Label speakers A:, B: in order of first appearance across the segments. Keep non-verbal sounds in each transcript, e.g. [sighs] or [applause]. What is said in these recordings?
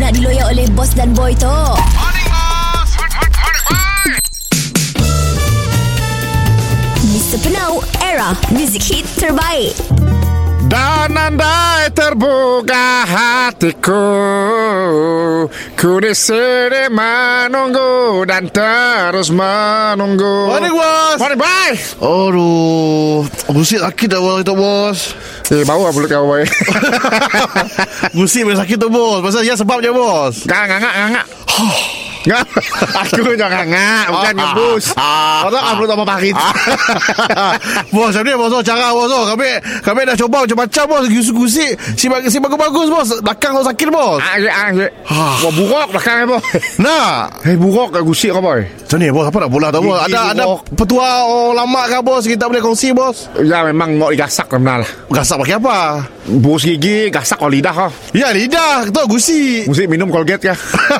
A: nak diloyak oleh bos dan boy tu. Mr. Penau, era music hit terbaik.
B: Dan andai terbuka hatiku Ku di sini menunggu Dan terus menunggu
C: Morning, bos.
B: Morning bye
C: Aduh Gusit sakit dah bos kita [laughs] bos
B: Eh bau lah mulut kau [laughs] boy
C: Gusit memang sakit tu bos Pasal ya sebab je [laughs] bos
B: Jangan ngangak [sighs] ngangak Ngak. Aku jangan ngangak Bukan ngebus Orang aku tak mau parit
C: Bos macam ni bos oh, Cara bos oh. Kami kami dah coba macam-macam bos Gusit Si, bag- si bagus-bagus bos Belakang tu sakit bos
B: Ah, ah, ah. Wah buruk belakang eh boy
C: Nah
B: Eh buruk ke gusik kau boy
C: Macam ni bos Apa nak bola tau bos
B: Gigi
C: Ada ada
B: bos.
C: petua orang lama kah bos Kita boleh kongsi bos
B: Ya memang mau digasak lah benar lah
C: Gasak pakai apa
B: Bus gigi gasak kau lidah kau
C: Ya lidah Kita gusi [laughs]
B: Mesti minum Colgate ya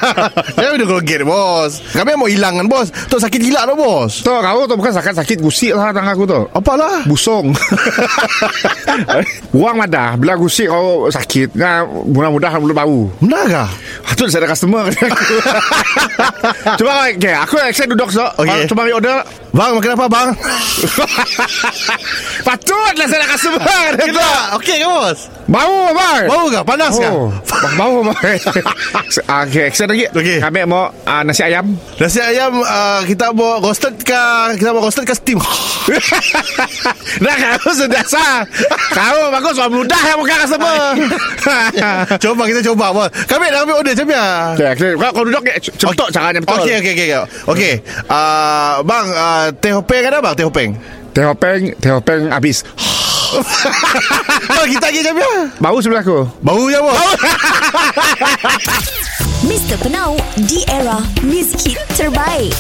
B: [laughs]
C: Saya udah golget bos Kami mau hilangkan bos Tu sakit gila tu bos
B: Tu kau tu bukan sakit-sakit gusik lah tangan aku tu
C: Apalah
B: Busung [laughs] Uang madah Bila gusik kau sakit Nah, Mudah-mudahan belum bau
C: Benar kah?
B: Itu saya ada customer [laughs] Cuba kau okay, Aku saya duduk so
C: Okey.
B: Cuba ambil order [laughs]
C: Bang makan apa bang?
B: Patutlah saya Ah, ada
C: [laughs]
B: customer
C: Kita Okey ke bos?
B: Bau bang
C: Bau kah? Panas kah?
B: Oh, bau bau [laughs] bang. Okey, saya lagi.
C: Okey.
B: Kami mau ah, nasi ayam.
C: Nasi ayam uh, Kita mau roasted kah? Kita mau roasted kah steam? [laughs]
B: [laughs] Dah kau sudah sah. Kau bagus suami mudah yang bukan
C: [laughs]
B: customer.
C: coba kita coba bos Kami nak ambil order macam mana?
B: Okey, okey. kau kau duduk cepat caranya betul.
C: Okey okey okey okey. Okey. Ah, bang ah, teh hopeng ada bang teh hopeng?
B: Teh hopeng, teh hopeng habis.
C: bang kita pergi macam mana?
B: Bau sebelah aku.
C: Bau je bos.
A: Mr. Penau, di era music hit terbaik.